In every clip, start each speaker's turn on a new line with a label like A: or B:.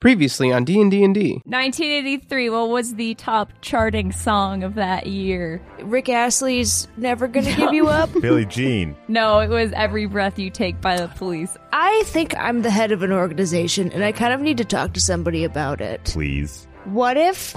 A: Previously on D and D and D.
B: 1983. What was the top charting song of that year?
C: Rick Astley's Never Gonna Give You Up.
D: Billie Jean.
B: No, it was "Every Breath You Take" by the Police.
C: I think I'm the head of an organization and I kind of need to talk to somebody about it.
D: Please.
C: What if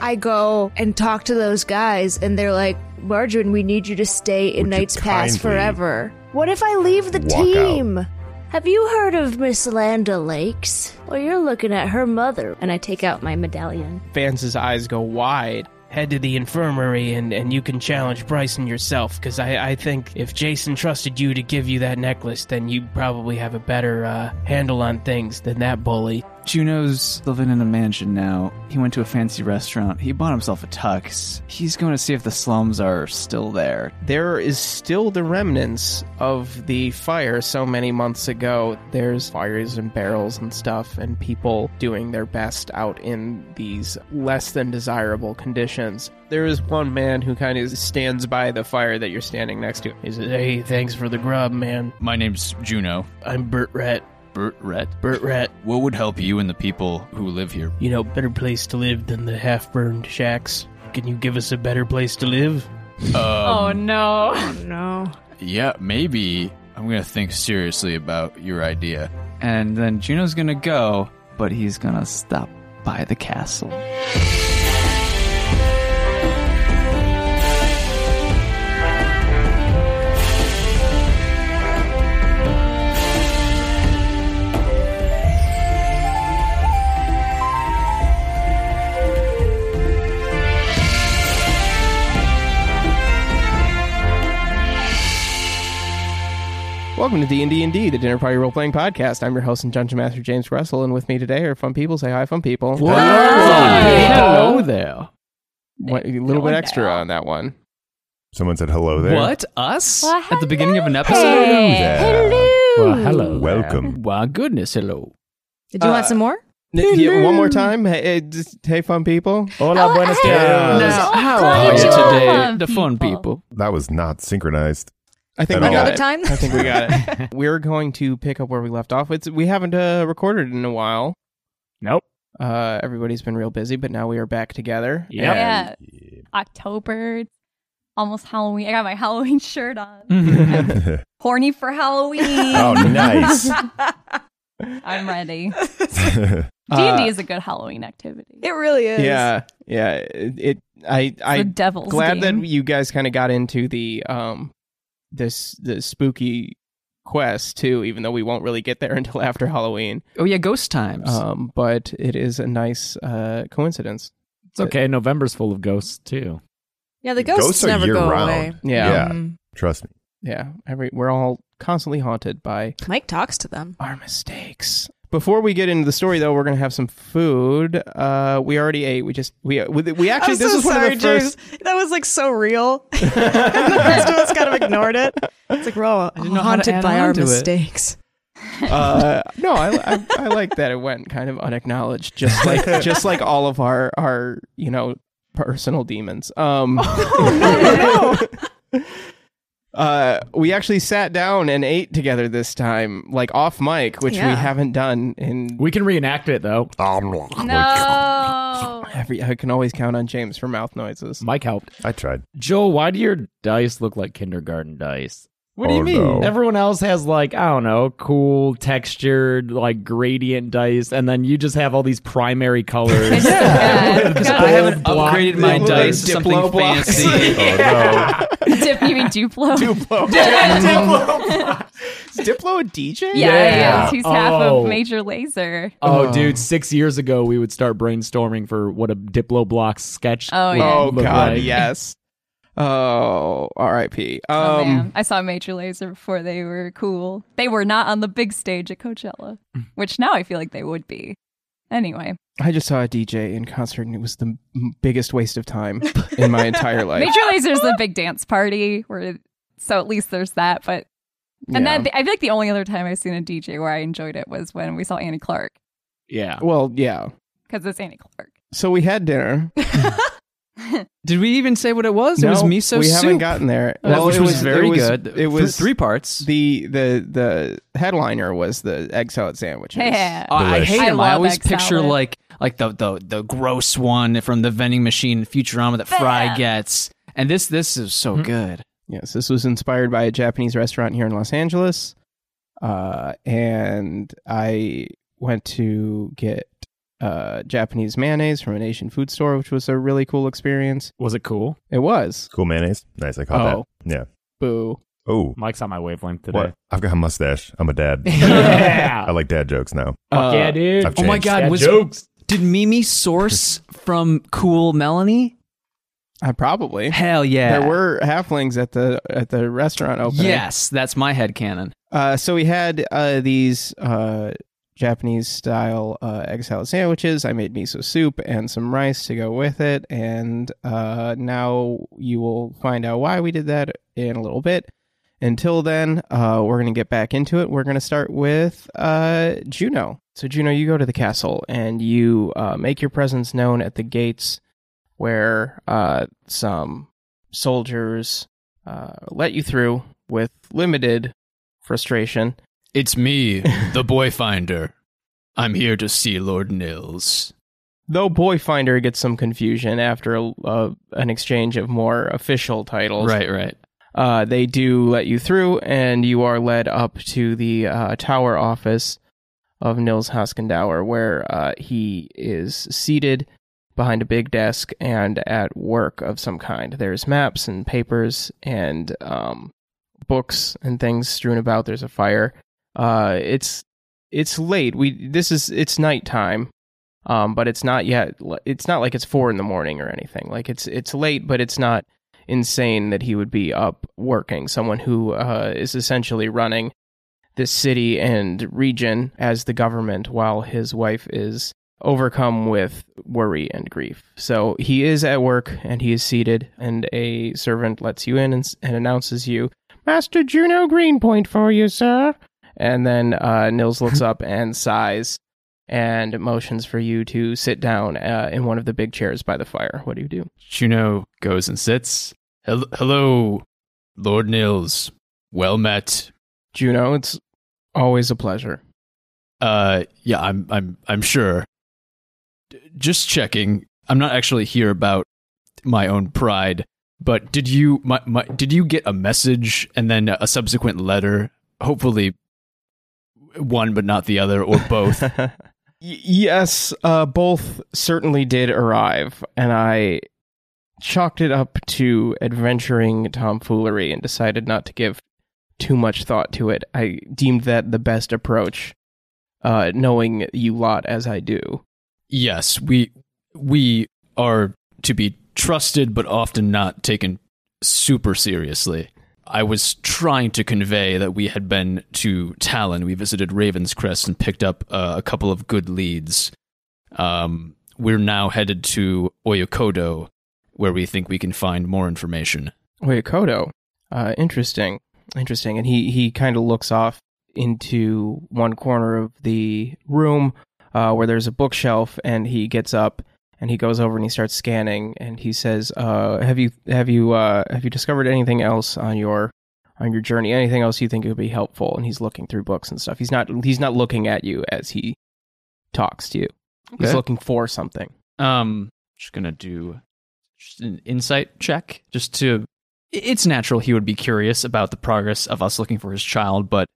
C: I go and talk to those guys and they're like, Margarine, we need you to stay in
D: Would you
C: Knights Pass
D: kindly
C: forever? What if I leave the
D: walk out?
C: team? Have you heard of Miss Landa Lakes? Well, you're looking at her mother.
E: And I take out my medallion.
F: Vance's eyes go wide. Head to the infirmary and, and you can challenge Bryson yourself, because I, I think if Jason trusted you to give you that necklace, then you probably have a better uh, handle on things than that bully.
G: Juno's living in a mansion now. He went to a fancy restaurant. He bought himself a tux. He's going to see if the slums are still there.
F: There is still the remnants of the fire so many months ago. There's fires and barrels and stuff, and people doing their best out in these less than desirable conditions. There is one man who kind of stands by the fire that you're standing next to. He says, Hey, thanks for the grub, man.
H: My name's Juno,
F: I'm Bert Rhett.
H: Bert Rhett.
F: Bert Rhett.
H: What would help you and the people who live here?
F: You know, better place to live than the half burned shacks. Can you give us a better place to live?
B: oh no!
C: No.
H: Yeah, maybe I'm gonna think seriously about your idea.
G: And then Juno's going to go, but he's going to stop by the castle.
F: Welcome to D and D and D, the Dinner Party Role Playing Podcast. I'm your host and Dungeon Master James Russell, and with me today are fun people. Say hi, fun people. Uh,
G: Hello there.
F: What- a little bit
B: Hello
F: extra
B: there.
F: on that one.
D: Someone said hello there.
G: What? Us?
B: Well,
G: At the beginning of an episode?
D: Yeah.
G: Well, hello.
D: Welcome.
G: Wow, goodness, hello.
E: Did you want some more?
F: N- yeah, one more time. Hey, hey, just- hey, fun people.
E: Oh,
B: Hola, buenos
F: dias.
G: Now, how are you
B: Konnichiwa,
G: today?
B: fun
G: The fun
B: people.
G: people.
D: That was not synchronized.
F: I think
D: At
F: we
D: all.
F: got
E: Another
F: it.
E: time?
F: I think we got it. We're going to pick up where we left off. It's we haven't uh, recorded in a while.
I: Nope.
F: Uh, everybody's been real busy, but now we are back together.
I: Yep.
B: Yeah, October, almost Halloween. I got my Halloween shirt on.
G: Mm-hmm.
D: oh,
B: Horny for Halloween.
D: nice.
B: I'm ready.
D: That's
B: D and D
F: Uh,
B: is a good Halloween activity.
E: It really is.
F: Yeah, yeah. It. it I.
B: the
F: I.
B: devil's
F: Glad
B: game.
F: that you guys kind of got into the um, this the spooky quest too. Even though we won't really get there until after Halloween.
G: Oh, yeah, ghost times.
F: Um, but it is a nice uh coincidence.
I: It's okay. November's full of ghosts too.
E: Yeah, the
D: Ghosts
E: ghosts,
D: are
E: never go
D: year-round.
E: away.
F: Yeah.
D: Yeah.
E: Mm.
D: Trust me.
F: Yeah. Every we're all constantly haunted by
E: Mike talks to them.
F: our mistakes. Before we get into the story, though, we're gonna have some food. Uh, we already ate. We just we we, we actually
E: I'm
F: this
E: so
F: is one
E: sorry,
F: of the first.
E: James. That was like so real. and the rest of us kind of ignored it. It's like we're all
G: didn't know how to
E: haunted
G: add
E: by
G: on
E: our
G: to it.
E: mistakes.
F: Uh, no, I, I I like that it went kind of unacknowledged, just like just like all of our our you know personal demons. Um, uh, we actually sat down and ate together this time, like off mic, which we
E: Yeah.
F: haven't done in
I: We can reenact it though.
D: Um,
B: no.
F: every. I can always count on James for mouth noises.
I: Mike helped.
D: I tried.
I: Joel, why do your dice look like kindergarten dice?
F: What do you
D: Oh,
F: mean?
D: no.
I: Everyone else has like, I don't know, cool textured, like gradient dice, and then you just have all these primary colors.
B: Yeah.
I: With
B: I
I: bold
B: haven't
I: block-
G: upgraded my
F: Diplo-
G: dice to
F: Diplo
G: something
F: blocks.
G: fancy.
D: Oh, no.
B: Dip, you mean Duplo?
F: Diplo. Diplo. Is Diplo a DJ?
B: Yeah,
I: Yeah.
B: yeah. He's half
I: Oh.
B: of Major Laser.
I: Oh,
D: Uh-huh.
F: Oh.
I: dude, six years ago we would start brainstorming for what a Diplo Blocks sketch.
B: Oh,
I: would
B: yeah.
F: Oh
I: look
F: God,
I: like.
F: yes. Oh, R.I.P. Um,
B: Oh, man. I saw Major Laser before they were cool. They were not on the big stage at Coachella, which now I feel like they would be. Anyway,
F: I just saw a DJ in concert, and it was the m- biggest waste of time in my entire life.
B: Major Laser's the big dance party where so at least there's that, but and
F: Yeah.
B: then I feel like the only other time I've seen a DJ where I enjoyed it was when we saw Annie Clark
I: Yeah.
F: well, yeah.
B: because it's Annie Clark.
F: So we had dinner.
G: Did we even say what it was? it was
F: No,
G: miso
F: we
G: soup.
F: haven't gotten there.
G: That
F: Well,
G: which
F: it
G: was,
F: it
G: very
F: was-
G: good.
F: It was
G: three parts.
F: The the the headliner was the egg salad sandwiches.
B: Yeah.
G: Uh, I hate
B: I
G: them. I,
B: love
G: always
B: egg
G: picture
B: salad.
G: like like the, the the gross one from the vending machine in Futurama that Fry gets, and this this is
H: Hmm.
G: so good.
F: Yes, this was inspired by a Japanese restaurant here in Los Angeles, uh, and I went to get uh, Japanese mayonnaise from an Asian food store, which was a really cool experience.
I: Was it cool?
F: It was.
D: Cool mayonnaise. Nice. I caught
F: Oh.
D: that. Yeah.
F: Boo.
D: Oh,
I: Mike's on my wavelength today.
D: what? I've got a mustache. I'm a dad.
I: Yeah.
D: I like dad jokes now.
F: Uh,
I: Fuck yeah, dude.
D: I've
G: Oh my
D: changed.
G: god,
I: Dad
G: was
I: jokes.
G: did Mimi source from Cool Melanie?
F: I Uh, probably.
G: Hell yeah.
F: There were halflings at the at the restaurant opening.
G: Yes, that's my head canon.
F: Uh, so we had uh, these uh, Japanese style uh, egg salad sandwiches. I made miso soup and some rice to go with it. And uh, now you will find out why we did that in a little bit. Until then, uh, we're going to get back into it. We're going to start with uh, Juno. So, Juno, you go to the castle and you uh, make your presence known at the gates where uh, some soldiers uh, let you through with limited frustration.
H: It's me, the boy finder. I'm here to see Lord Nils.
F: Though Boyfinder gets some confusion after a, uh, an exchange of more official titles,
H: Right, right.
F: uh, they do let you through, and you are led up to the uh, tower office of Nils Hoskendauer, where uh, he is seated behind a big desk and at work of some kind. There's maps and papers and um, books and things strewn about. There's a fire. Uh, it's it's late. We this is it's nighttime. Um, but it's not yet. It's not like it's four in the morning or anything. Like it's it's late, but it's not insane that he would be up working. Someone who uh, is essentially running this city and region as the government while his wife is overcome with worry and grief. So he is at work and he is seated, and a servant lets you in and, s- and announces you, Master Juno Greenpoint for you, sir. And then uh, Nils looks up and sighs and motions for you to sit down uh, in one of the big chairs by the fire. What do you do?
H: Juno goes and sits. Hel- hello, Lord Nils. Well met.
F: Juno, it's always a pleasure.
H: Uh, yeah, I'm, I'm, I'm sure. D- just checking. I'm not actually here about my own pride, but did you, my, my, did you get a message and then a subsequent letter? Hopefully, one but not the other, or both.
F: Y- yes, uh, both certainly did arrive, and I chalked it up to adventuring tomfoolery and decided not to give too much thought to it. I deemed that the best approach, uh, knowing you lot as I do.
H: yes, we we are to be trusted but often not taken super seriously. I was trying to convey that we had been to Talon. We visited Ravenscrest and picked up uh, a couple of good leads. Um, we're now headed to Oyokodo, where we think we can find more information.
F: Oyakoto. Uh, interesting, interesting. And he he kind of looks off into one corner of the room uh, where there's a bookshelf, and he gets up and he goes over and he starts scanning, and he says, uh, "Have you have you uh, have you discovered anything else on your?" On your journey, anything else you think would be helpful? And he's looking through books and stuff. He's not. He's not looking at you as he talks to you. He's looking for something.
H: Um, just gonna do just an insight check, just to. i- It's natural he would be curious about the progress of us looking for his child, but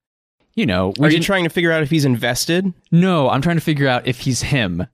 H: you know, we
F: Are you
H: didn't-
F: trying to figure out if he's invested?
H: No, I'm trying to figure out if he's him.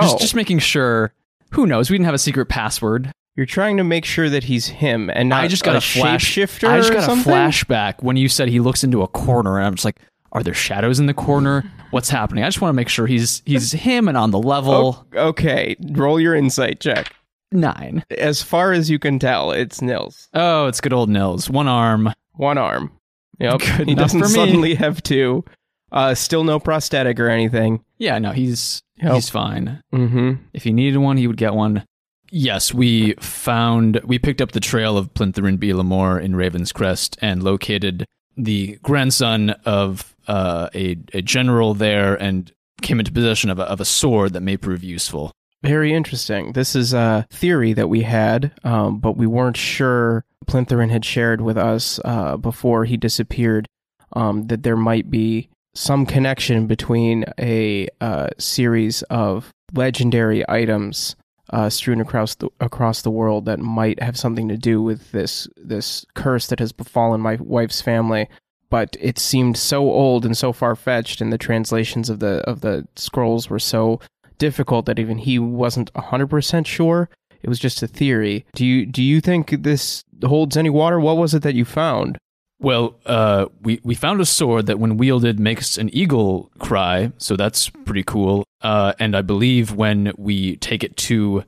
H: Just,
F: Oh.
H: just making sure. Who knows? We didn't have a secret password.
F: You're trying to make sure that he's him and not
H: I just got a,
F: a,
H: flash.
F: shapeshifter
H: I just
F: or
H: got a
F: something?
H: flashback when you said he looks into a corner, and I'm just like, are there shadows in the corner? What's happening? I just want to make sure he's he's him and on the
F: Oh.
H: level.
F: Okay, roll your insight check.
H: Nine.
F: As far as you can tell, it's Nils.
H: Oh, it's good old Nils. One arm.
F: One arm. Yep.
H: Good
F: he
H: enough
F: doesn't
H: for me.
F: suddenly have two. Uh, still no prosthetic or anything.
H: Yeah, no, he's
F: Yep.
H: he's fine.
F: Mm-hmm.
H: If he needed one, he would get one. Yes, we found we picked up the trail of Plintherin B. Lamore in Raven's Crest and located the grandson of uh, a a general there and came into possession of a, of a sword that may prove useful.
F: Very interesting. This is a theory that we had, um, but we weren't sure. Plintherin had shared with us uh, before he disappeared um, that there might be some connection between a uh, series of legendary items uh, strewn across the across the world that might have something to do with this this curse that has befallen my wife's family. But it seemed so old and so far fetched, and the translations of the of the scrolls were so difficult that even he wasn't 100% sure. It was just a theory. Do you do you think this holds any water? What was it that you found?
H: Well, uh, we we found a sword that, when wielded, makes an eagle cry. So that's pretty cool. Uh, and I believe when we take it to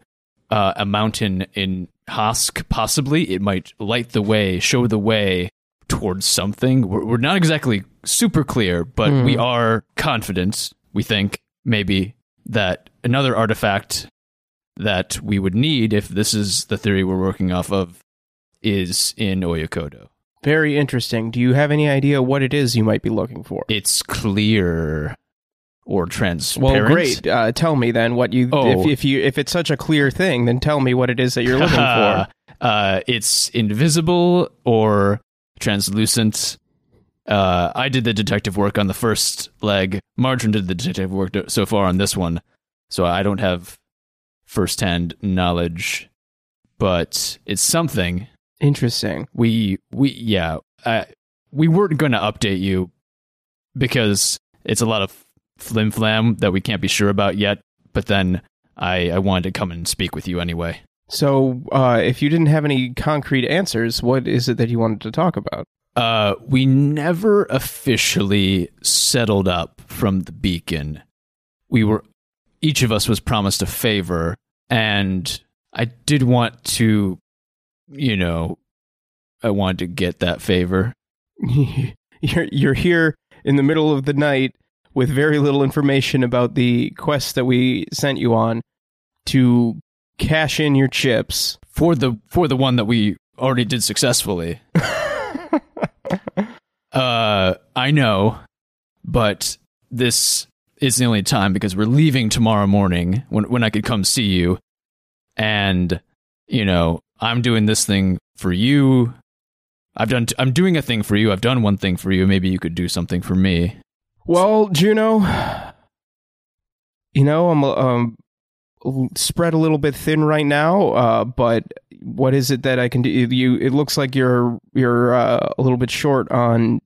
H: uh, a mountain in Hask, possibly it might light the way, show the way towards something. We're, we're not exactly super clear, but
F: Hmm.
H: we are confident. We think maybe that another artifact that we would need, if this is the theory we're working off of, is in Oyakodo.
F: Very interesting. Do you have any idea what it is you might be looking for?
H: it's clear or transparent.
F: Well, great. Uh, tell me then what you
H: Oh.
F: if, if you if it's such a clear thing, then tell me what it is that you're looking for.
H: Uh, it's invisible or translucent. Uh, I did the detective work on the first leg. Marjorie did the detective work do- so far on this one, so I don't have firsthand knowledge, but it's something.
F: Interesting.
H: we we yeah uh, we weren't going to update you because it's a lot of flim flam that we can't be sure about yet but then i i wanted to come and speak with you anyway
F: So, uh, if you didn't have any concrete answers, what is it that you wanted to talk about?
H: uh we never officially settled up from the beacon we were each of us was promised a favor and i did want to you know i wanted to get that favor
F: you're you're here in the middle of the night with very little information about the quest that we sent you on to cash in your chips.
H: for the for the one that we already did successfully. uh, I know, but this is the only time because we're leaving tomorrow morning when when I could come see you, and you know I'm doing this thing for you. I've done. T- I'm doing a thing for you. I've done one thing for you. Maybe you could do something for me.
F: Well, Juno, you know I'm um l- spread a little bit thin right now, uh, but what is it that I can do? You it looks like you're you're uh, a little bit short on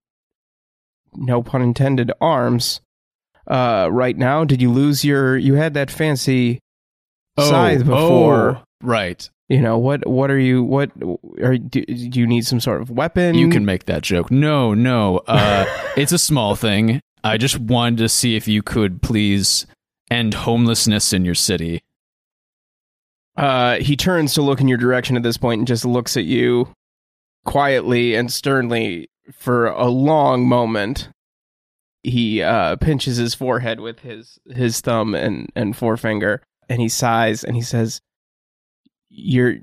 F: no pun intended arms uh, right now. Did you lose your? You had that fancy scythe before.
H: oh, right?
F: You know what? What are you? What are do, do you need? Some sort of weapon?
H: You can make that joke. No, no. Uh, it's a small thing. I just wanted to see if you could please end homelessness in your city.
F: Uh, he turns to look in your direction at this point and just looks at you quietly and sternly for a long moment. He uh, pinches his forehead with his, his thumb and, and forefinger, and he sighs and he says, "You're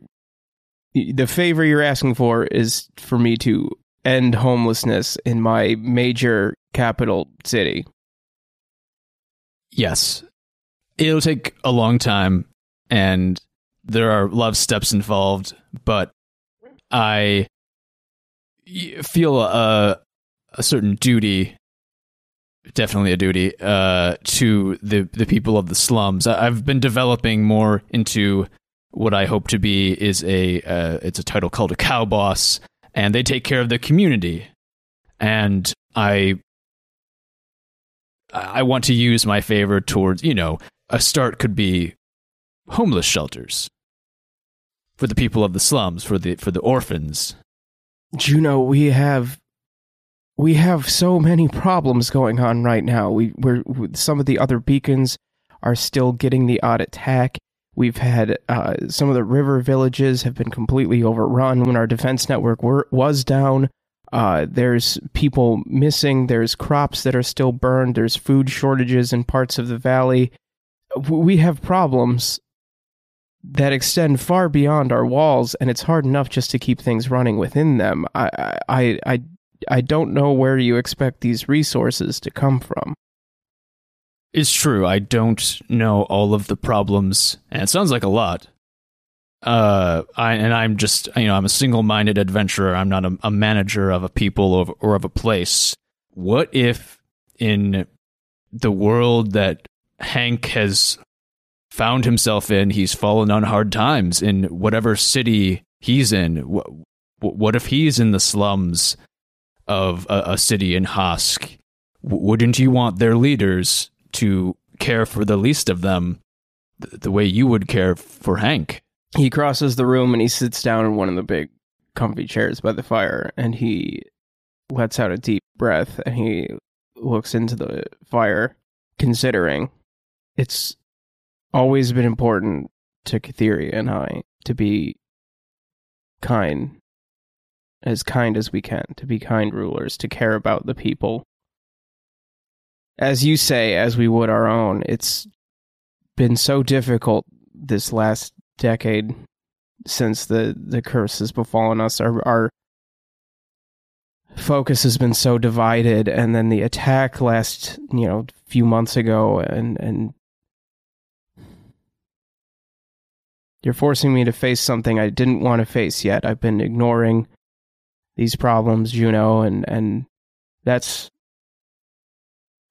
F: the favor you're asking for is for me to end homelessness in my major capital city."
H: Yes. It'll take a long time and there are a lot of steps involved, but I y- feel a a certain duty definitely a duty uh to the the people of the slums. I, I've been developing more into what I hope to be is a uh, it's a title called a cow boss and they take care of the community. And I I I want to use my favor towards, you know, a start could be homeless shelters for the people of the slums, for the for the orphans.
F: Juno, we have we have so many problems going on right now. We we're we- some of the other beacons are still getting the odd attack. We've had uh, some of the river villages have been completely overrun when our defense network were, was down. Uh, there's people missing. There's crops that are still burned. There's food shortages in parts of the valley. W- We have problems that extend far beyond our walls, and it's hard enough just to keep things running within them. I, I, I, I, I don't know where you expect these resources to come from.
H: is true. I don't know all of the problems, and it sounds like a lot. Uh, I and I'm just you know I'm a single-minded adventurer. I'm not a, a manager of a people or, or of a place. What if in the world that Hank has found himself in, he's fallen on hard times in whatever city he's in. What, what if he's in the slums of a, a city in Hosk? W- wouldn't you want their leaders to care for the least of them th- the way you would care for Hank?
F: He crosses the room and he sits down in one of the big comfy chairs by the fire and he lets out a deep breath and he looks into the fire, considering it's always been important to Kathiria and I to be kind, as kind as we can, to be kind rulers, to care about the people. As you say, as we would our own, it's been so difficult this last decade since the the curse has befallen us our our focus has been so divided and then the attack last you know few months ago and and you're forcing me to face something I didn't want to face yet I've been ignoring these problems you know and and that's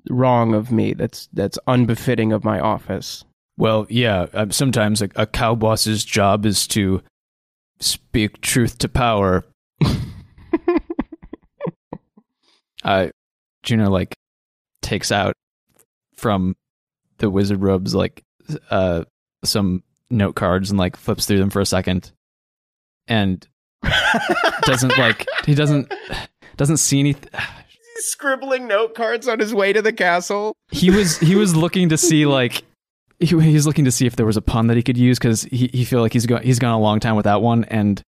F: wrong of me that's that's unbefitting of my office
H: Well, yeah. Um, sometimes a, a cow boss's job is to speak truth to power. uh, Juno like takes out from the wizard robes like uh, some note cards and like flips through them for a second, and doesn't like he doesn't doesn't see anything.
F: scribbling note cards on his way to the castle.
H: he was he was looking to see like he, he's looking to see if there was a pun that he could use because he, he feel like he's gone he's gone a long time without one and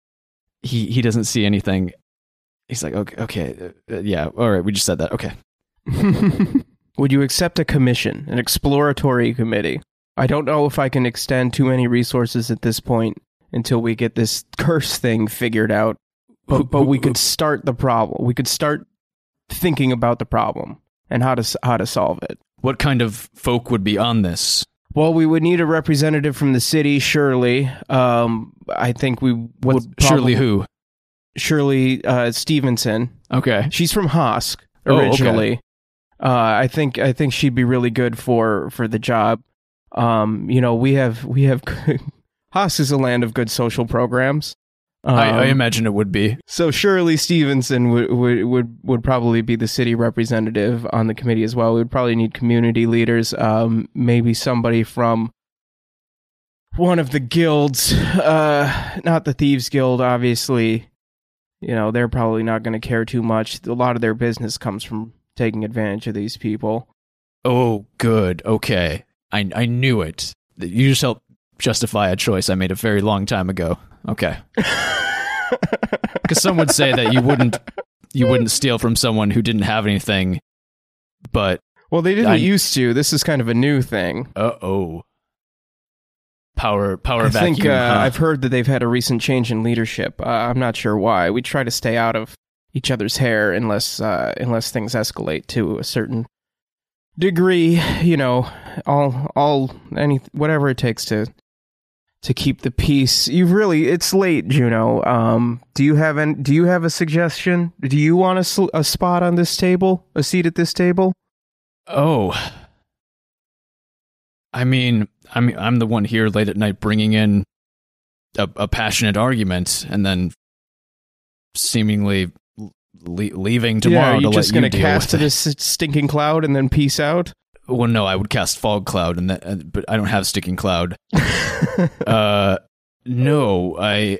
H: he he doesn't see anything he's like okay okay uh, yeah all right we just said that okay
F: Would you accept a commission, an exploratory committee? I don't know if I can extend too many resources at this point until we get this curse thing figured out. But, but we could start the problem. We could start thinking about the problem and how to s- how to solve it.
H: what kind of folk would be on this
F: Well, we would need a representative from the city, surely. Um, I think we would
H: surely
F: probably-
H: who
F: Shirley uh, Stevenson.
H: okay
F: She's from Hosk
H: Oh, okay.
F: originally. Uh, I think I think she'd be really good for for the job. Um, you know, we have we have Hosk is a land of good social programs.
H: I, I
F: Um,
H: imagine it would be
F: so Shirley Stevenson would, would would would probably be the city representative on the committee as well. We would probably need community leaders, um, maybe somebody from one of the guilds, uh, not the thieves guild, obviously. You know they're probably not going to care too much. A lot of their business comes from taking advantage of these people.
H: oh good okay I I knew it you just helped justify a choice I made a very long time ago okay because some would say that you wouldn't you wouldn't steal from someone who didn't have anything but
F: Well, they didn't
H: I-
F: used to. This is kind of a new thing.
H: uh-oh power power
F: I
H: vacuum
F: think uh,
H: huh?
F: I've heard that they've had a recent change in leadership. Uh, I'm not sure why. We try to stay out of each other's hair unless uh, unless things escalate to a certain degree. You know, all all any whatever it takes to to keep the peace. You really, it's late, Juno. Um, do you have an, do you have a suggestion? Do you want a, sl- a spot on this table, a seat at this table?
H: oh I mean I'm I'm the one here late at night bringing in a, a passionate argument and then seemingly le- leaving tomorrow
F: yeah, are
H: to
F: you just
H: let
F: gonna
H: you deal
F: cast
H: with
F: to
H: it.
F: this stinking cloud and then peace out?
H: Well, no, I would cast Fog Cloud, and that, uh, but I don't have Sticking Cloud. uh, no, I.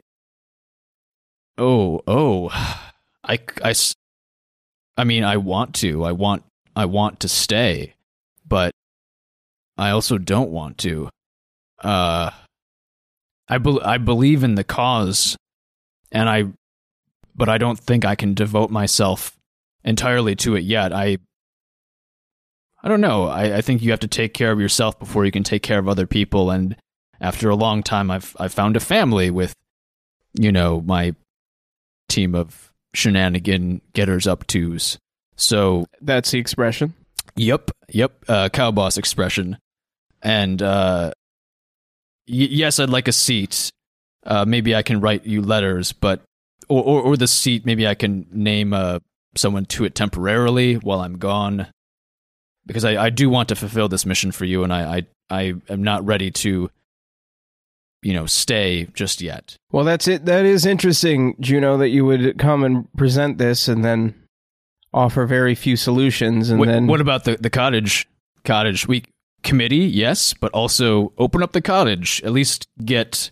H: Oh, oh, I, c- I, s- I mean, I want to. I want, I want to stay, but I also don't want to. Uh, I bel I believe in the cause, and I, but I don't think I can devote myself entirely to it yet. I I don't know. I, I think you have to take care of yourself before you can take care of other people. And after a long time, I've I've found a family with, you know, my team of shenanigan getters up twos. So
F: That's the expression.
H: Yep, yep. Uh, cow boss expression, and uh, y- yes, I'd like a seat. Uh, maybe I can write you letters, but or, or or the seat. Maybe I can name uh someone to it temporarily while I'm gone, because I I do want to fulfill this mission for you, and I I, I am not ready to, you know, stay just yet.
F: Well, that's it. That is interesting, Juno, that you would come and present this and then offer very few solutions. And
H: Wh-
F: then
H: what about the, the cottage? Cottage we committee, yes, but also open up the cottage. At least get,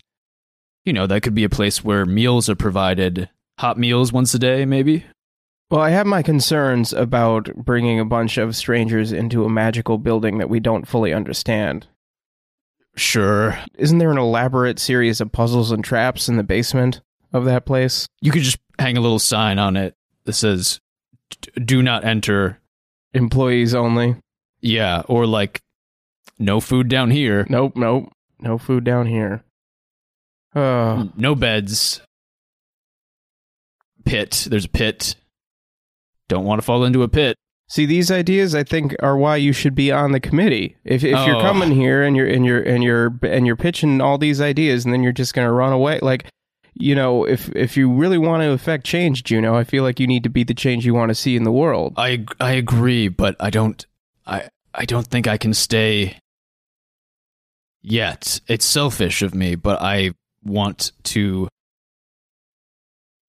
H: you know, that could be a place where meals are provided, hot meals once a day, maybe.
F: Well, I have my concerns about bringing a bunch of strangers into a magical building that we don't fully understand.
H: Sure,
F: Isn't there an elaborate series of puzzles and traps in the basement of that place?
H: you could just hang a little sign on it that says "D- "Do not enter."
F: Employees only.
H: Yeah, or like, no food down here,
F: Nope, nope. No food down here. Oh,
H: no beds. Pit. There's a pit. Don't want to fall into a pit.
F: See, these ideas I think are why you should be on the committee. If if
H: Oh.
F: you're coming here and you're and you're and you're and you're pitching all these ideas and then you're just going to run away like you know, if if you really want to affect change, Juno, I feel like you need to be the change you want to see in the world.
H: I ag- I agree, but I don't I I don't think I can stay yet. It's selfish of me, but I want to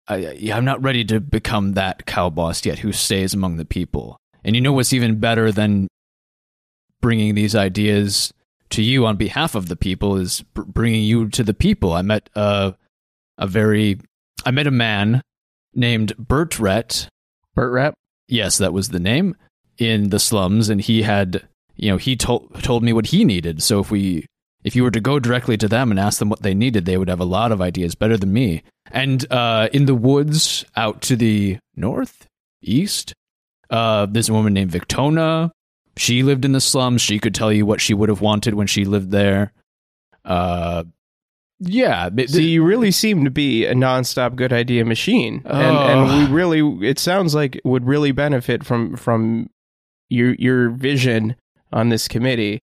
H: I yeah, I'm not ready to become that cow boss yet who stays among the people. And you know what's even better than bringing these ideas to you on behalf of the people is br- bringing you to the people. I met uh, a very I met a man named Bert Rett
F: Bert Rep.
H: yes, that was the name in the slums, and he had you know he told told me what he needed. So if we if you were to go directly to them and ask them what they needed, they would have a lot of ideas better than me. And uh, in the woods out to the north east, uh, there's a woman named Victona. She lived in the slums. She could tell you what she would have wanted when she lived there. Uh, yeah, th-
F: So you really seem to be a nonstop good idea machine, and
H: Oh.
F: and we really it sounds like would really benefit from from your your vision on this committee.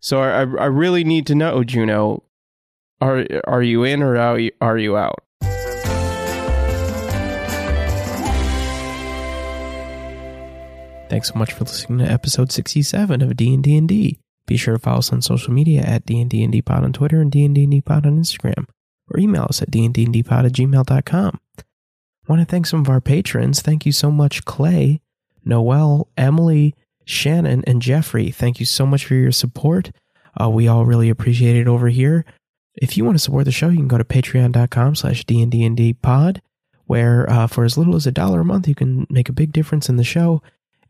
F: So I I I really need to know, Juno, are are you in or are you, are you out? Thanks so much for listening to episode 67 of D&D and D. Be sure to follow us on social media at D&D Pod on Twitter and D&D Pod on Instagram, or email us at dndndpod at gmail.com. want to thank some of our patrons. Thank you so much, Clay, Noel, Emily, Shannon, and Jeffrey. Thank you so much for your support. Uh, we all really appreciate it over here. If you want to support the show, you can go to patreon.com slash dndndpod, where uh, for as little as a dollar a month, you can make a big difference in the show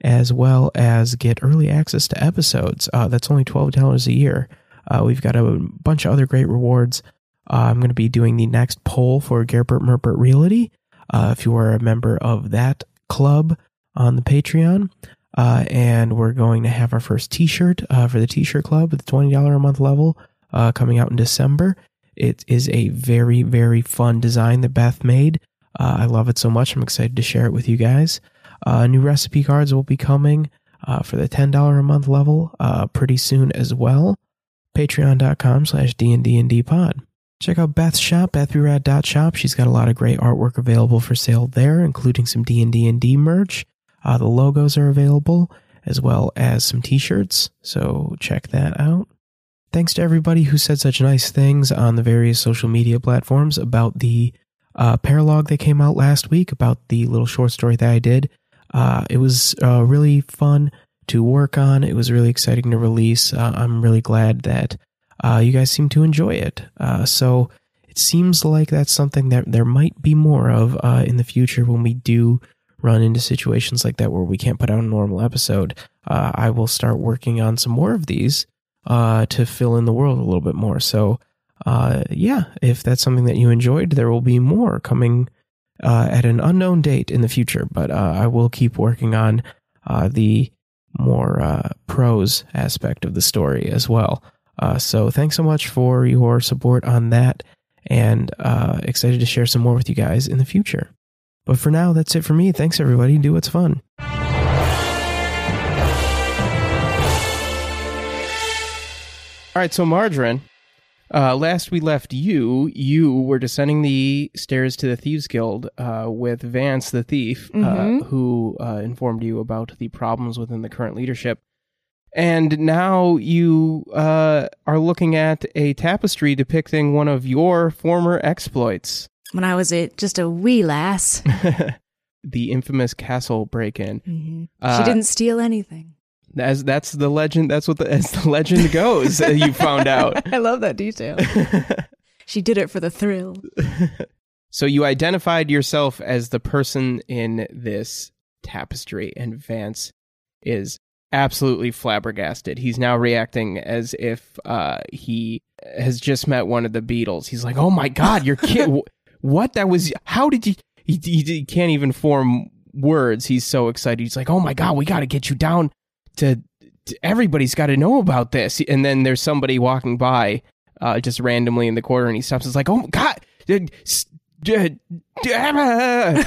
F: as well as get early access to episodes. Uh, that's only $12 a year. Uh, we've got a bunch of other great rewards. Uh, I'm going to be doing the next poll for Gerbert Merbert Realty. Uh, if you are a member of that club on the Patreon, uh, and we're going to have our first t shirt uh, for the t shirt club at the $20 a month level uh, coming out in December. It is a very, very fun design that Beth made. Uh, I love it so much. I'm excited to share it with you guys. Uh, new recipe cards will be coming uh, for the $10 a month level uh, pretty soon as well. Patreon.com slash pod. Check out Beth's shop, bethburad.shop. She's got a lot of great artwork available for sale there, including some D&D and D merch. Uh, the logos are available, as well as some t-shirts, so check that out. Thanks to everybody who said such nice things on the various social media platforms about the uh, paralog that came out last week, about the little short story that I did. Uh, it was uh, really fun to work on. It was really exciting to release. Uh, I'm really glad that uh, you guys seem to enjoy it. Uh, so it seems like that's something that there might be more of uh, in the future when we do run into situations like that where we can't put out a normal episode. Uh, I will start working on some more of these uh, to fill in the world a little bit more. So uh, yeah, if that's something that you enjoyed, there will be more coming uh, at an unknown date in the future. But uh, I will keep working on uh, the more uh, prose aspect of the story as well. Uh, so thanks so much for your support on that, and uh, excited to share some more with you guys in the future. But for now, that's it for me. Thanks, everybody. Do what's fun. All right, so Margarine, uh, last we left you, you were descending the stairs to the Thieves Guild uh, with Vance the thief, uh, who uh, informed you about the problems within the current leadership. And now you uh, are looking at a tapestry depicting one of your former exploits,
C: When I was a, just a wee lass,
F: the infamous castle break-in.
C: Mm-hmm. she
F: Uh,
C: didn't steal anything.
F: As that's the legend. That's what the as the legend goes. uh, you found out.
C: I love that detail. she did it for the thrill.
F: So you identified yourself as the person in this tapestry, and Vance is absolutely flabbergasted. He's now reacting as if uh, he has just met one of the Beatles. He's like, "Oh my God, your kid! wh- what? That was? How did you?" He, he, he can't even form words. He's so excited. He's like, "Oh my God, we got to get you down to." to- Everybody's got to know about this. And then there's somebody walking by uh, just randomly in the corner, and he stops. It's like, oh my god, d- s- d- d- ah."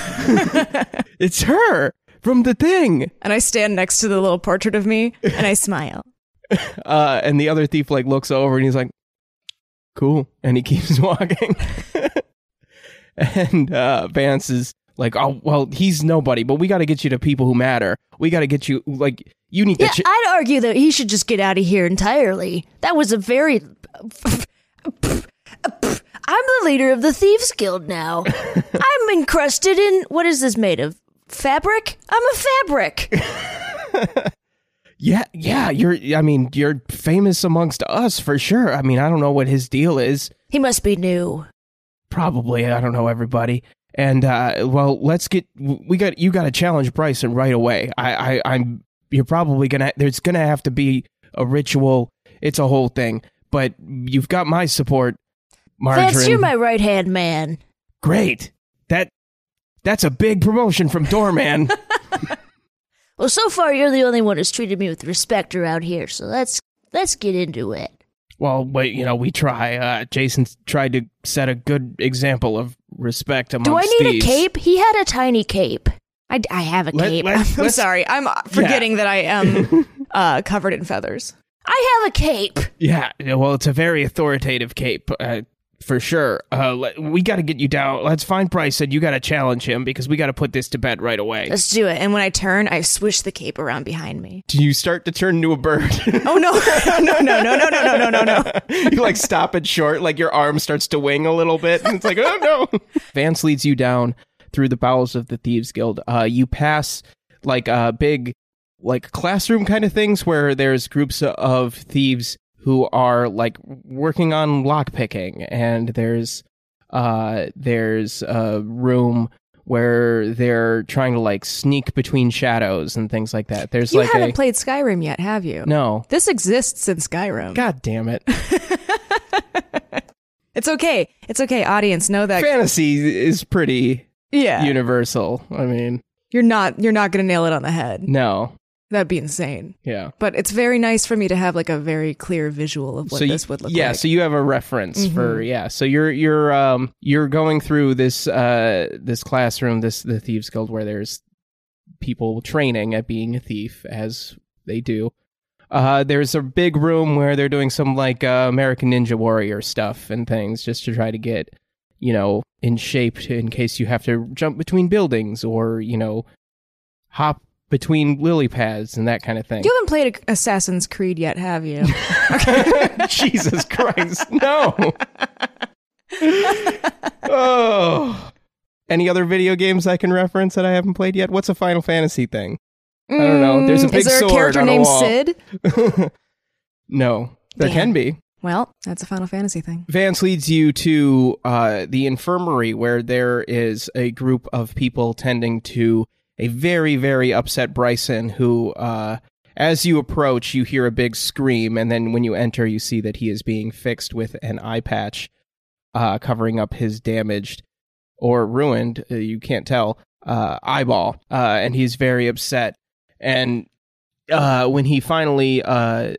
F: it's her from the thing.
E: And I stand next to the little portrait of me and I smile.
F: Uh, and the other thief like looks over and he's like, cool, and he keeps walking. and uh, Vance is like, oh well, he's nobody, but we got to get you to people who matter. We got to get you like you need
C: Yeah,
F: to. Ch-
C: I'd argue that he should just get out of here entirely. That was a very. I'm the leader of the Thieves Guild now. I'm encrusted in. What is this made of? Fabric? I'm a fabric.
F: Yeah, yeah, you're. I mean, you're famous amongst us for sure. I mean, I don't know what his deal is.
C: He must be new.
F: probably i don't know everybody and uh well let's get we got you got to challenge bryson right away i i i'm you're probably gonna there's gonna have to be a ritual it's a whole thing but you've got my support margarine
C: Vance, you're my right hand man.
F: great that that's a big promotion from doorman
C: Well, so far you're the only one who's treated me with respect around here, so let's let's get into it.
F: well wait you know we try uh jason tried to set a good example of respect amongst
C: Do I need
F: thieves.
C: a cape? He had a tiny cape. I, I have a
F: Let-
C: cape.
F: let's-
E: I'm
F: let's-
E: sorry. I'm uh, forgetting that I am uh, covered in feathers.
C: I have a cape.
F: Yeah, yeah, well, it's a very authoritative cape, uh, for sure. Uh, le- we got to get you down. Let's find Bryce, and you got to challenge him because we got to put this to bed right away.
E: Let's do it. And when I turn, I swish the cape around behind me.
F: Do you start to turn into a bird?
E: Oh no! no! No! No! No! No! No! No! No!
F: you like stop it short, like your arm starts to wing a little bit, and it's like, oh no. Vance leads you down through the bowels of the Thieves Guild. Uh, you pass like uh, big, like classroom kind of things where there's groups of thieves who are like working on lockpicking, and there's uh, there's a room where they're trying to like sneak between shadows and things like that. There's
E: You
F: like
E: haven't
F: a
E: played Skyrim yet, have you?
F: no.
E: This exists in Skyrim.
F: God damn it.
E: It's okay. It's okay. Audience, know that.
F: fantasy is pretty
E: yeah,
F: universal. I mean,
E: you're not. You're not gonna nail it on the head.
F: no,
E: That'd be insane.
F: yeah.
E: But it's very nice for me to have like a very clear visual of what
F: you-
E: this would look
F: yeah,
E: like. Mm-hmm.
F: so you have a reference for yeah. So you're you're um you're going through this uh this classroom, this the thieves guild where there's people training at being a thief as they do. Uh, there's a big room where they're doing some like uh, American Ninja Warrior stuff and things just to try to get you know in shape to, in case you have to jump between buildings or you know hop between lily pads and that kind of thing.
E: You haven't played a- Assassin's Creed yet, have you?
F: Jesus Christ, no. oh. Any other video games I can reference that I haven't played yet? What's a Final Fantasy thing? I don't know. There's a
E: Mm,
F: big
E: Is there
F: sword
E: a character
F: on a
E: named
F: wall.
E: Sid?
F: no, there
E: Damn.
F: can be.
E: Well, that's a Final Fantasy thing.
F: Vance leads you to uh, the infirmary where there is a group of people tending to a very, very upset Bryson who, uh, as you approach, you hear a big scream. And then when you enter, you see that he is being fixed with an eye patch uh, covering up his damaged or ruined, uh, you can't tell, uh, eyeball. Uh, and he's very upset. And uh, when he finally uh,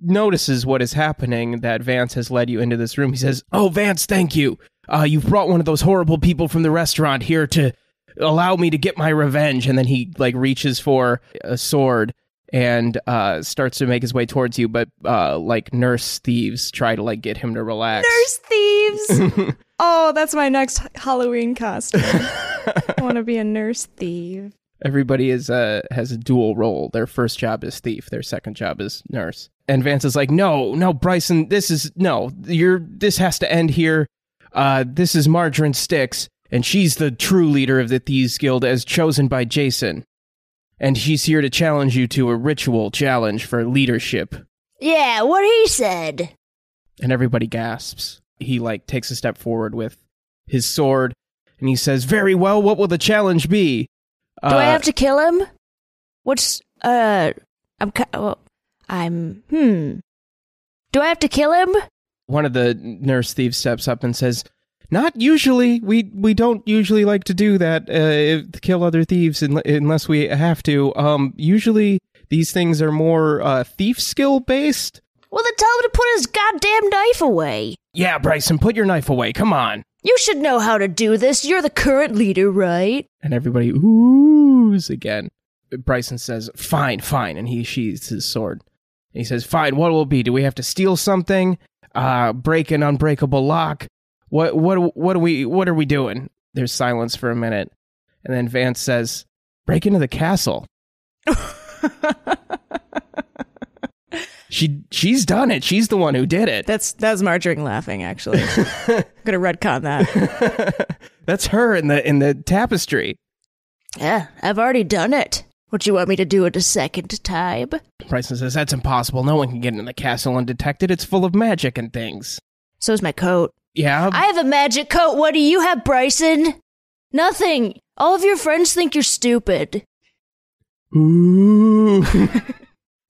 F: notices what is happening that Vance has led you into this room. He says, "Oh, Vance, thank you. Uh, you've brought one of those horrible people from the restaurant here to allow me to get my revenge." And then he like reaches for a sword and uh, starts to make his way towards you. But uh, like nurse thieves try to like get him to relax.
E: Nurse thieves. oh, that's my next Halloween costume. I want to be a nurse thief.
F: Everybody is uh, has a dual role. Their first job is thief. Their second job is nurse. And Vance is like, no, no, Bryson, this is no. You're this has to end here. Uh, this is Margarine Sticks, and she's the true leader of the Thieves Guild as chosen by Jason. And she's here to challenge you to a ritual challenge for leadership.
C: Yeah, what he said.
F: And everybody gasps. He like takes a step forward with his sword, and he says, "Very well. What will the challenge be?"
C: Do
F: Uh,
C: I have to kill him? What's uh? I'm ki- well, I'm hmm. Do I have to kill him?
F: one of the nurse thieves steps up and says, "Not usually. We we don't usually like to do that. Uh, if- to kill other thieves unle- unless we have to. Um, usually these things are more uh, thief skill based.
C: Well, then tell him to put his goddamn knife away.
F: Yeah, Bryson, put your knife away. Come on."
C: You should know how to do this. You're the current leader, right?
F: And everybody oohs again. Bryson says, "Fine, fine," and he sheathes his sword. And he says, "Fine. What will it be? Do we have to steal something? Uh, break an unbreakable lock? What? What? What are we? What are we doing?" There's silence for a minute, and then Vance says, "Break into the castle." she she's done it. She's the one who did it.
E: That's that's Marjorie laughing. Actually, I'm gonna redcon that.
F: That's her in the in the tapestry.
C: Yeah, I've already done it. What you want me to do it a second time?
F: Bryson says, That's impossible. No one can get into the castle undetected. It's full of magic and things.
C: So's my coat.
F: Yeah.
C: I have a magic coat. What do you have, Bryson? Nothing. All of your friends think you're stupid.
F: Ooh.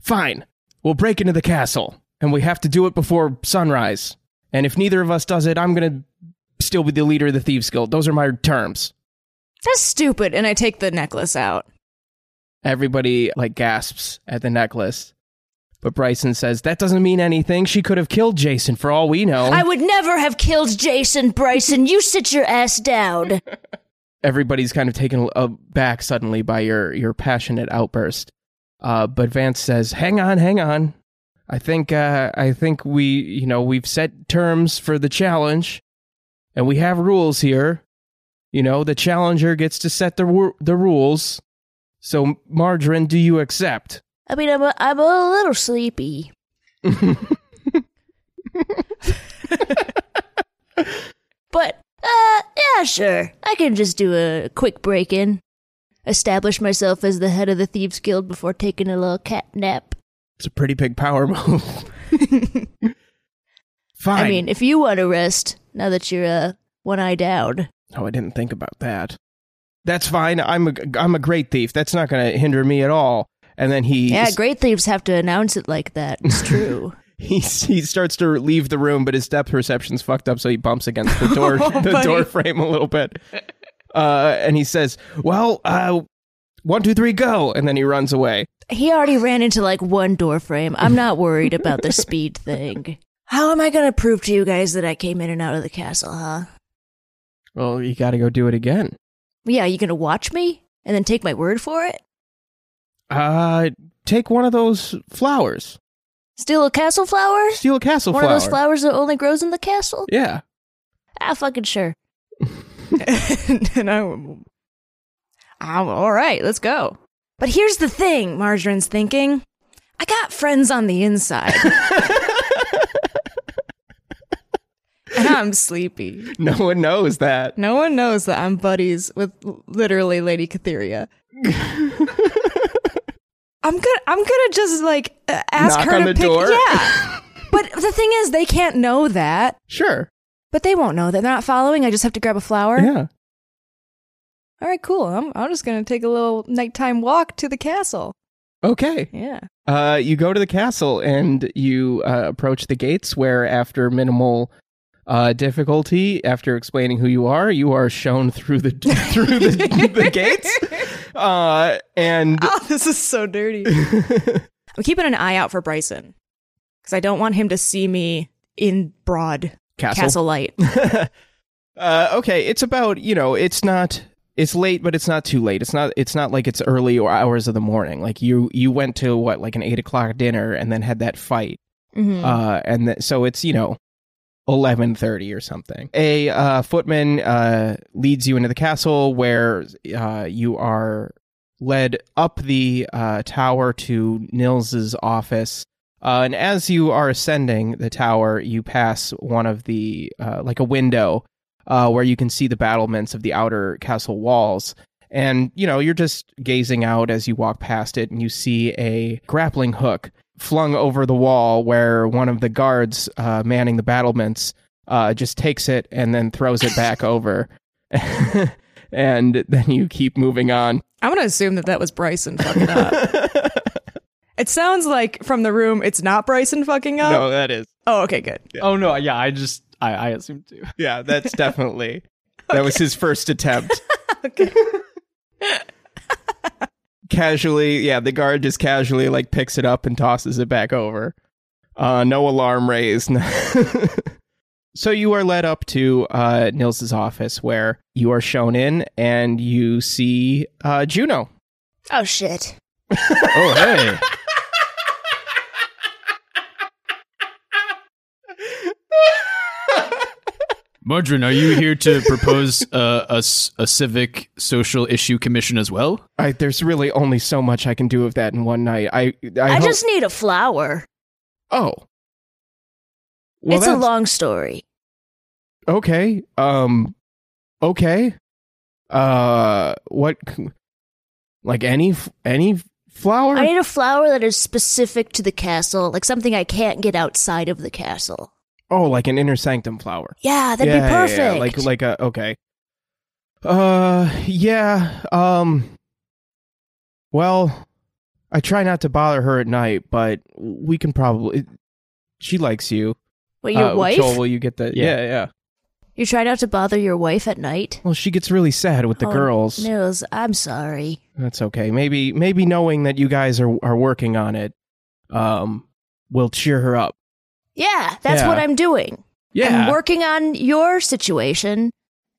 F: Fine. We'll break into the castle. And we have to do it before sunrise. And if neither of us does it, I'm going to still be the leader of the Thieves Guild. Those are my terms.
E: That's stupid. And I take the necklace out.
F: Everybody, like, gasps at the necklace. But Bryson says, That doesn't mean anything. She could have killed Jason for all we know.
C: I would never have killed Jason, Bryson. You sit your ass down.
F: everybody's kind of taken aback suddenly by your your passionate outburst. Uh, but Vance says, "Hang on, hang on. I think uh, I think we you know we've set terms for the challenge, and we have rules here. You know, the challenger gets to set the ru- the rules. So, Margarine, do you accept?"
C: I mean, I'm a, I'm a little sleepy. but, uh, yeah, sure. I can just do a quick break in, establish myself as the head of the Thieves Guild before taking a little cat nap.
F: It's a pretty big power move. Fine.
C: I mean, if you want to rest now that you're uh, one eye down.
F: Oh, I didn't think about that. That's fine. I'm a I'm a great thief. That's not going to hinder me at all. And then he
C: Yeah, great thieves have to announce it like that. It's true.
F: he he starts to leave the room, but his depth perception's fucked up, so he bumps against the door
C: Oh,
F: the door frame a little bit. Uh, and he says, "Well, uh, one, two, three, go!" And then he runs away.
C: he already ran into like one door frame. I'm not worried about the speed thing. How am I going to prove to you guys that I came in and out of the castle, huh?
F: Well, you got to go do it again.
C: Yeah, you going to watch me and then take my word for it?
F: Uh, take one of those flowers.
C: Steal a castle flower?
F: Steal a castle
C: One
F: flower.
C: of those flowers that only grows in the castle?
F: Yeah.
C: Ah, fucking sure.
E: and I'm, I'm all right. Let's go. But here's the thing. Marjorie's thinking, I got friends on the inside. And I'm sleepy.
F: No one knows that.
E: No one knows that I'm buddies with l- literally Lady Catheria. I'm gonna, I'm gonna just like uh, ask
F: Knock
E: her
F: on
E: to
F: the
E: pick.
F: door?
E: Yeah, but the thing is, they can't know that.
F: Sure.
E: But they won't know that. They're not following. I just have to grab a flower.
F: Yeah.
E: All right, cool. I'm, I'm just gonna take a little nighttime walk to the castle.
F: Okay.
E: Yeah.
F: Uh, you go to the castle and you uh, approach the gates, where after minimal uh, difficulty, after explaining who you are, you are shown through the through the, the gates. Uh, and
E: Oh, this is so dirty. I'm keeping an eye out for Bryson because I don't want him to see me in broad
F: castle.
E: castle light.
F: Uh, okay, it's about you know, it's not it's late, but it's not too late. It's not it's not like it's early or hours of the morning. Like you you went to what like an eight o'clock dinner and then had that fight.
E: Mm-hmm.
F: Uh, and th- so it's you know. 11:30 or something. A uh, footman uh, leads you into the castle where uh, you are led up the uh, tower to Nils's office. Uh, and as you are ascending the tower, you pass one of the uh, like a window uh, where you can see the battlements of the outer castle walls. And you know you're just gazing out as you walk past it, and you see a grappling hook flung over the wall where one of the guards uh, manning the battlements uh, just takes it and then throws it back over. and then you keep moving on.
E: I'm gonna assume that that was Bryson fucking up. it sounds like from the room, it's not Bryson fucking up.
F: No, that is.
E: Oh, okay, good.
G: Oh no, yeah, I just I, I assume too.
F: Yeah, that's definitely. That was his first attempt.
E: Okay.
F: Casually, yeah, the guard just casually like picks it up and tosses it back over. Uh, no alarm raised. so you are led up to uh, Nils's office where you are shown in and you see uh, Juno.
C: Oh shit.
H: Oh hey, Margarine, are you here to propose uh, a s- a civic social issue commission as well?
F: I, there's really only so much I can do of that in one night. I, I,
C: I,
F: hope-
C: just need a flower.
F: oh. Well,
C: it's a
F: that's-
C: long story.
F: okay um okay uh what c- like any f- any flower
C: I need a flower that is specific to the castle, like something I can't get outside of the castle.
F: oh like an inner sanctum flower
C: Yeah, that'd
F: yeah,
C: be perfect.
F: yeah, yeah, like like a okay uh yeah um well i try not to bother her at night but we can probably she likes you
C: Wait, your
F: Uh,
C: wife?
F: joel will you get that yeah. yeah
C: You try not to bother your wife at night?
F: well she gets really sad with the
C: Oh,
F: girls
C: Nils, I'm sorry.
F: That's okay. Maybe maybe knowing that you guys are are working on it um will cheer her up.
C: Yeah, that's
F: Yeah.
C: what I'm doing.
F: Yeah.
C: I'm working on your situation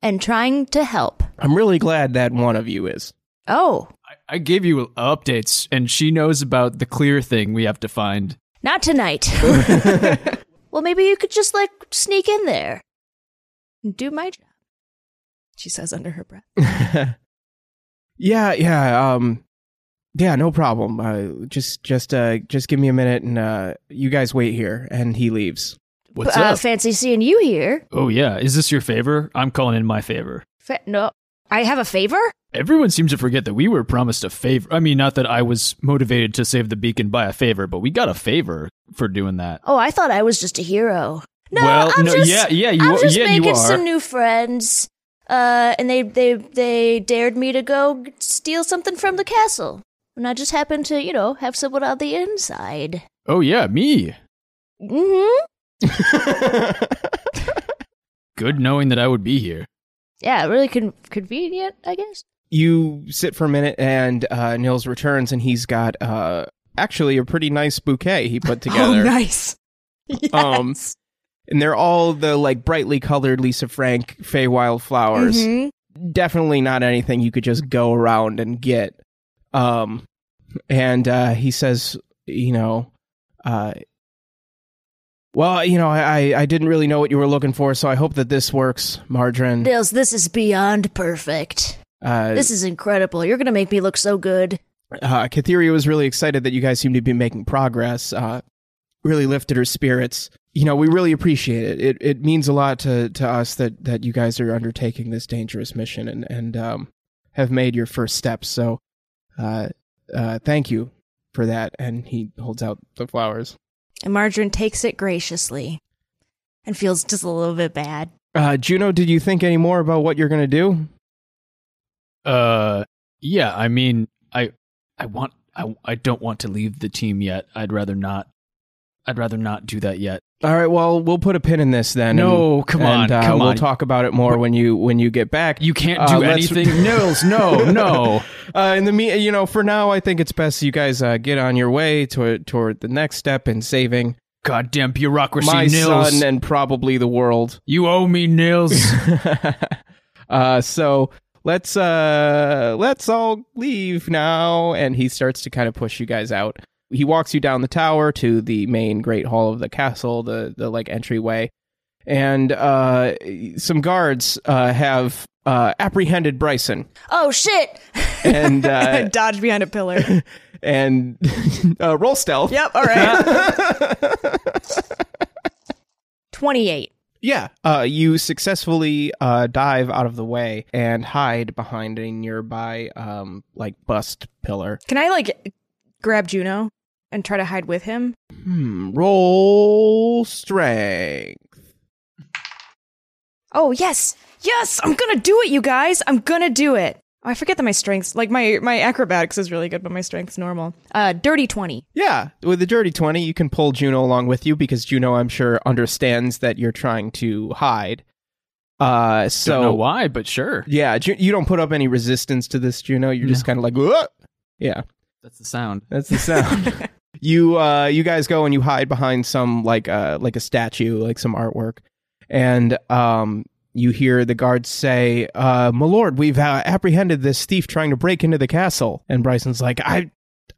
C: and trying to help.
F: I'm really glad that one of you is.
C: Oh,
H: I gave you updates, and she knows about the clear thing we have to find.
C: not tonight. well, maybe you could just like sneak in there. and Do my job.
E: She says under her breath.
F: yeah, yeah, um yeah, no problem. Uh, just just uh just give me a minute and uh you guys wait here and he leaves.
H: What's
C: uh,
H: up?
C: Fancy seeing you here.
H: oh yeah, is this your favor? I'm calling in my favor.
C: Fa- no, I have a favor.
H: Everyone seems to forget that we were promised a favor. I mean, not that I was motivated to save the beacon by a favor, but we got a favor for doing that.
C: Oh, I thought I was just a hero. No,
H: well,
C: I'm
H: no,
C: just,
H: yeah, yeah, you
C: I'm
H: are,
C: just
H: yeah, you
C: making
H: are.
C: some new friends. Uh, and they, they they dared me to go g- steal something from the castle, and I just happened to you know have someone on the inside.
H: oh yeah, me.
C: hmm
H: Good knowing that I would be here.
C: Yeah, really con- convenient, I guess.
F: you sit for a minute and uh Nils returns and he's got uh actually a pretty nice bouquet he put together.
E: Oh, nice. Yes.
F: Um, And they're all the like brightly colored Lisa Frank Feywild flowers.
E: Mhm.
C: Mm-hmm.
F: definitely not anything you could just go around and get. Um, and uh, he says, you know, uh, well, you know, I, I- I didn't really know what you were looking for, so I hope that this works, Margarine.
C: Nils, this is beyond perfect.
F: Uh,
C: This is incredible. You're gonna make me look so good.
F: uh, Kathiria was really excited that you guys seem to be making progress. Uh, really lifted her spirits. You know, we really appreciate it. It it means a lot to, to us that, that you guys are undertaking this dangerous mission and and um, have made your first steps. So, uh, uh, thank you for that. And he holds out the flowers.
E: And Margarine takes it graciously and feels just a little bit bad.
F: Uh, Juno, did you think any more about what you're gonna do?
H: Uh, yeah. I mean, I, I want, I, I don't want to leave the team yet. I'd rather not. I'd rather not do that yet.
F: All right. Well, we'll put a pin in this then.
H: no, come
F: and,
H: on,
F: uh,
H: come
F: we'll
H: on.
F: talk about it more when you when you get back.
H: you can't
F: Uh,
H: do
F: let's-
H: anything, Nils. No, no.
F: Uh, in the me, you know, for now, I think it's best you guys uh, get on your way to toward the next step in saving
H: Goddamn bureaucracy,
F: my
H: Nils.
F: son uh, and probably the world.
H: you owe me, Nils.
F: uh, so let's uh let's all leave now and he starts to kind of push you guys out he walks you down the tower to the main great hall of the castle the the like entryway and uh some guards uh have uh apprehended bryson
C: Oh shit!
F: and uh
E: Dodge behind a pillar.
F: and uh roll stealth
E: yep, all right. 28.
F: Yeah, uh, you successfully uh, dive out of the way and hide behind a nearby, um, like bust pillar.
E: Can I, like, grab Juno and try to hide with him?
F: Hmm. Roll strength.
E: Oh, yes. Yes, I'm going to do it, you guys. I'm going to do it. Oh, I forget that my strengths, like my my acrobatics is really good, but my strength's normal. Uh dirty 20.
F: Yeah, with a dirty twenty, you can pull Juno along with you because Juno, I'm sure, understands that you're trying to hide. Uh, so
H: Don't know why, but sure.
F: yeah, Ju- you don't put up any resistance to this, Juno. You're just kind of like, Whoa! yeah.
H: That's the sound.
F: That's the sound. you uh you guys go and you hide behind some like uh like a statue, like some artwork. And um you hear the guards say, uh, "My lord, we've uh, apprehended this thief trying to break into the castle." And Bryson's like, "I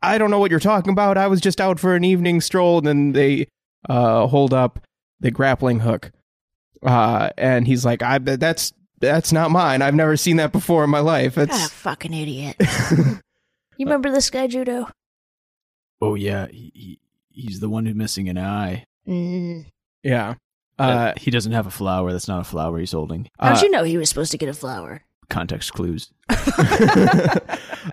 F: I don't know what you're talking about. I was just out for an evening stroll." And then they uh hold up the grappling hook. Uh and he's like, "I that's that's not mine. I've never seen that before in my life."
C: Ah,
F: It's
C: fucking idiot. You remember this guy, Judo?
H: Oh yeah, he, he he's the one who's missing an eye.
C: Mm.
F: yeah. Uh,
H: he doesn't have a flower. That's not a flower he's holding.
C: How'd
F: uh,
C: you know he was supposed to get a flower?
H: Context clues.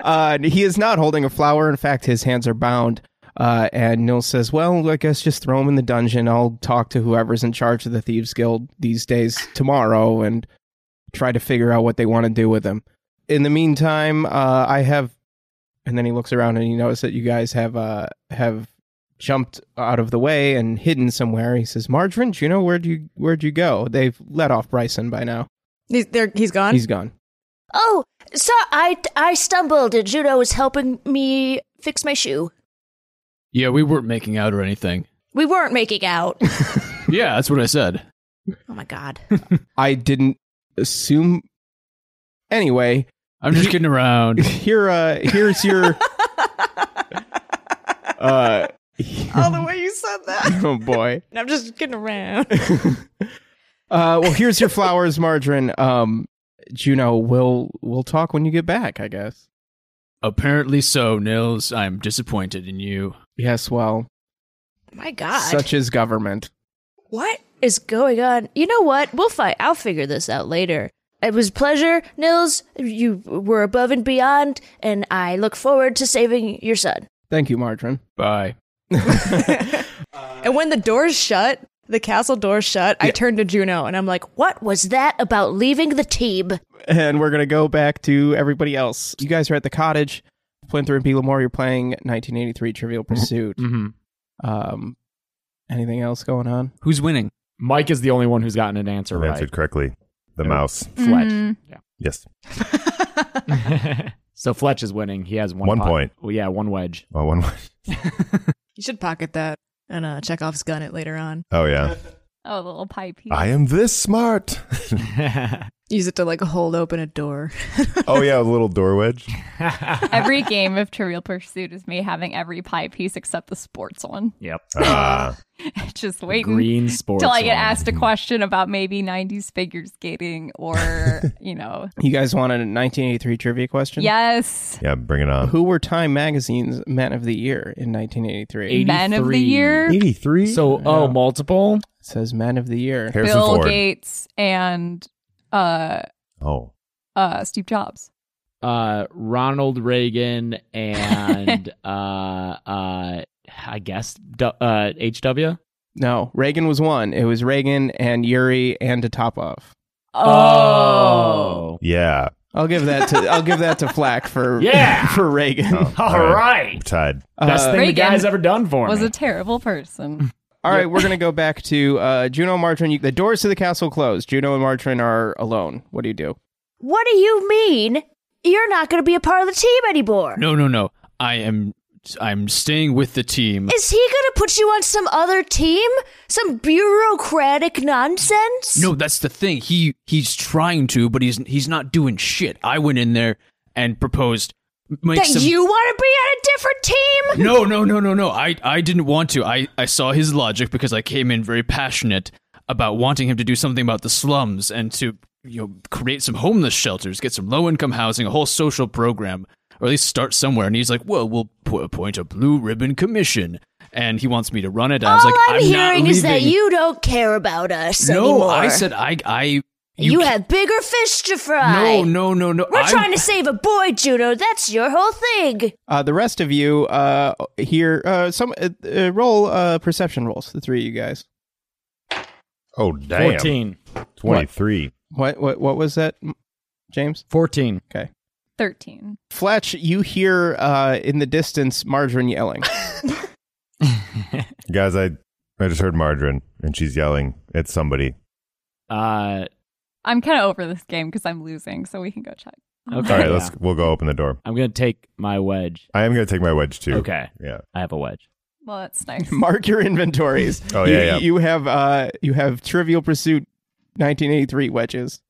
F: uh, he is not holding a flower. In fact, his hands are bound. Uh, and Nil says, "Well, I guess just throw him in the dungeon. I'll talk to whoever's in charge of the thieves guild these days tomorrow and try to figure out what they want to do with him. In the meantime, uh, I have." And then he looks around and he notices that you guys have uh, have jumped out of the way and hidden somewhere. He says, "Margarine, you know where'd you where'd you go? They've let off Bryson by now.
E: He's there he's gone.
F: He's gone."
C: Oh, so I I stumbled and Judo was helping me fix my shoe.
H: Yeah, we weren't making out or anything.
C: We weren't making out.
H: Yeah, that's what I said.
E: oh my god.
F: I didn't assume. Anyway,
H: I'm just kidding around.
F: here, uh, here's your. uh,
E: All the way you said that.
F: oh boy.
E: And I'm just getting around.
F: Uh, well, here's your flowers, Margarine. Um, Juno, we'll we'll talk when you get back, I guess.
H: Apparently so, Nils. I'm disappointed in you.
F: Yes, well,
C: my God,
F: such is government.
C: what is going on? You know what? We'll fight. I'll figure this out later. It was pleasure, Nils. You were above and beyond, and I look forward to saving your son.
F: Thank you, Margarine.
H: Bye.
E: and when the doors shut, the castle doors shut, I turned to Juno and I'm like, "What?
C: Was that about leaving the team?
F: and we're gonna go back to everybody else. You guys are at the cottage. Plinter and P. Lamore, you're playing 1983 Trivial Pursuit.
I: Mm-hmm.
F: Um, anything else going on?
G: Who's winning?
I: Mike is the only one who's gotten an answer
D: I've answered
I: right.
D: correctly. The
I: Nope.
D: mouse.
I: Fletch.
B: Mhm.
F: Mm-hmm.
D: Yes.
I: so Fletch is winning. He has one,
D: One
I: pot-
D: point.
I: Well, yeah, one wedge.
D: Oh, one.
E: You should pocket that and uh, check off his gun it later on.
D: Oh yeah.
B: Oh, the little pipe. Here.
D: I am this smart.
E: Use it to like hold open a door.
D: oh yeah, a little door wedge.
B: every game of Trivial Pursuit is me having every pie piece except the sports one.
I: yep.
D: Ah.
B: Just waiting
I: Green sports.
B: till I get
I: one.
B: asked a question about maybe 90s figure skating or, you know.
F: You guys want a 1983 trivia question? Uh,
B: Yes.
D: yeah, bring it on.
F: Who were Time Magazine's Men of the Year in 1983?
I: Eight-
B: Men of the
I: 83.
B: Year.
D: Eighty-three.
I: So, oh, multiple?
F: It says Men of the Year.
D: Harrison
B: Bill
D: Ford.
B: Gates and uh
D: Oh,
B: uh Steve Jobs.
I: Uh, Ronald Reagan and, uh, uh, I guess, du- uh, HW?
F: No, Reagan was one. It was Reagan and Yuri and Topov.
B: Oh.
D: yeah.
F: I'll give that to I'll give that to Flack for
I: Yeah.
F: for Reagan.
D: Oh,
I: All right.
D: Tied.
I: Best
F: Uh,
I: thing
B: Reagan
I: the guy's ever done for
B: Was
I: me.
B: a terrible person.
F: All right, we're gonna go back to uh, Juno and Martrin. You- The doors to the castle closed. Juno and Martrin are alone. What do you do?
C: What do you mean? You're not going to be a part of the team anymore.
H: No, no, no. I am I'm staying with the team.
C: Is he gonna put you on some other team? Some bureaucratic nonsense?
H: No, that's the thing. He he's trying to, but he's he's not doing shit. I went in there and proposed. Make
C: That
H: some-
C: you wanna be on a different team?
H: No, no, no, no, no. I I didn't want to. I I saw his logic because I came in very passionate about wanting him to do something about the slums and to you know create some homeless shelters, get some low income housing, a whole social program, or at least start somewhere. And he's like, "Well, we'll po- appoint a blue ribbon commission." And he wants me to run it. I was
C: All
H: like,
C: I'm,
H: I'm, not
C: hearing is that
H: leaving."
C: you don't care about us
H: No,
C: anymore.
H: I said I I you,
C: you,
H: ca-
C: have bigger fish to fry.
H: No, no, no, no.
C: We're
H: I'm-
C: trying to save a boy, Juno. That's your whole thing.
F: Uh, the rest of you uh, here, uh, some uh, uh, roll uh, perception rolls. The three of you guys.
D: Oh, damn.
I: 14.
D: 23.
F: What what what was that, M- James?
I: 14.
B: 13.
F: Fletch, you hear uh, in the distance Margarine yelling.
D: Guys, I, I just heard Margarine, and she's yelling at somebody.
I: Uh,
B: I'm kind of over this game because I'm losing, so we can go check.
I: Okay.
D: All right,
I: Yeah.
D: let's we'll go open the door.
I: I'm going to take my wedge.
D: I am going to take my wedge too.
I: Okay.
D: Yeah.
I: I have a wedge.
B: Well, that's nice.
F: Mark your inventories.
D: Oh,
F: you,
D: yeah, yeah.
F: You have uh, you have Trivial Pursuit, 1983 wedges.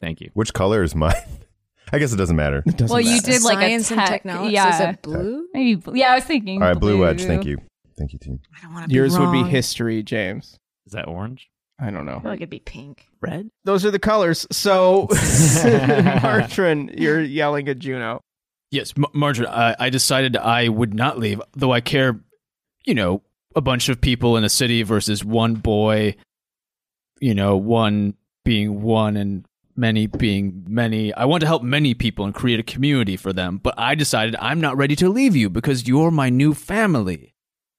I: Thank you.
D: Which color is mine? I guess it doesn't matter.
F: It doesn't
B: Well, you
F: matter.
B: did like
E: Science
B: a
E: and
B: tech.
E: technology. Is
B: Yeah.
E: it blue?
B: Maybe bl- yeah, I was thinking.
D: All right, blue wedge. Thank you. Thank you, team.
E: I don't want to.
F: Yours would be
E: his.
F: history, James.
I: Is that orange?
F: I don't
E: I feel
F: know.
E: like it'd be pink.
I: Red?
F: Those are the colors. So, Margarine, you're yelling at Juno.
H: Yes, M- Marjorie, I, I decided I would not leave, though I care, you know, a bunch of people in a city versus one boy, you know, one being one and many being many. I want to help many people and create a community for them, but I decided I'm not ready to leave you because you're my new family.